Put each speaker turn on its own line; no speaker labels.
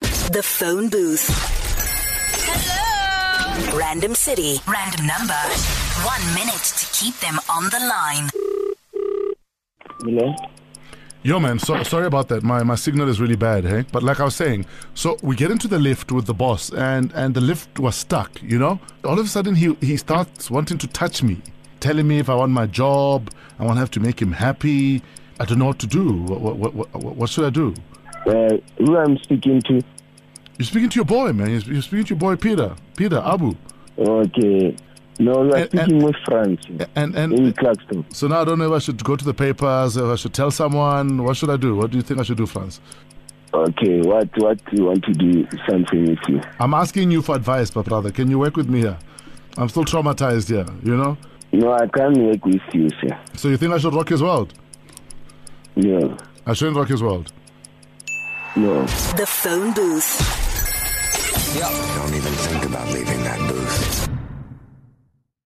The phone booth. Hello. Random city, random number. One minute to keep them on the line.
Hello?
Yo, man, so, sorry about that. My, my signal is really bad, hey? But like I was saying, so we get into the lift with the boss, and, and the lift was stuck, you know? All of a sudden, he, he starts wanting to touch me, telling me if I want my job, I want to have to make him happy. I don't know what to do. What, what, what, what, what should I do?
Uh, who I'm speaking to?
You're speaking to your boy, man. You're, you're speaking to your boy, Peter. Peter, Abu.
Okay. No, you are
And-
speaking with Francis
And,
in
and
Claxton.
so now I don't know if I should go to the papers, if I should tell someone. What should I do? What do you think I should do, Franz?
Okay, what what you want to do something with you?
I'm asking you for advice, my brother. Can you work with me here? I'm still traumatized here, you know?
No, I can't work with you, sir.
So you think I should rock his world?
No,
I shouldn't rock his world.
no.
The phone booth.
Don't even think about leaving that booth.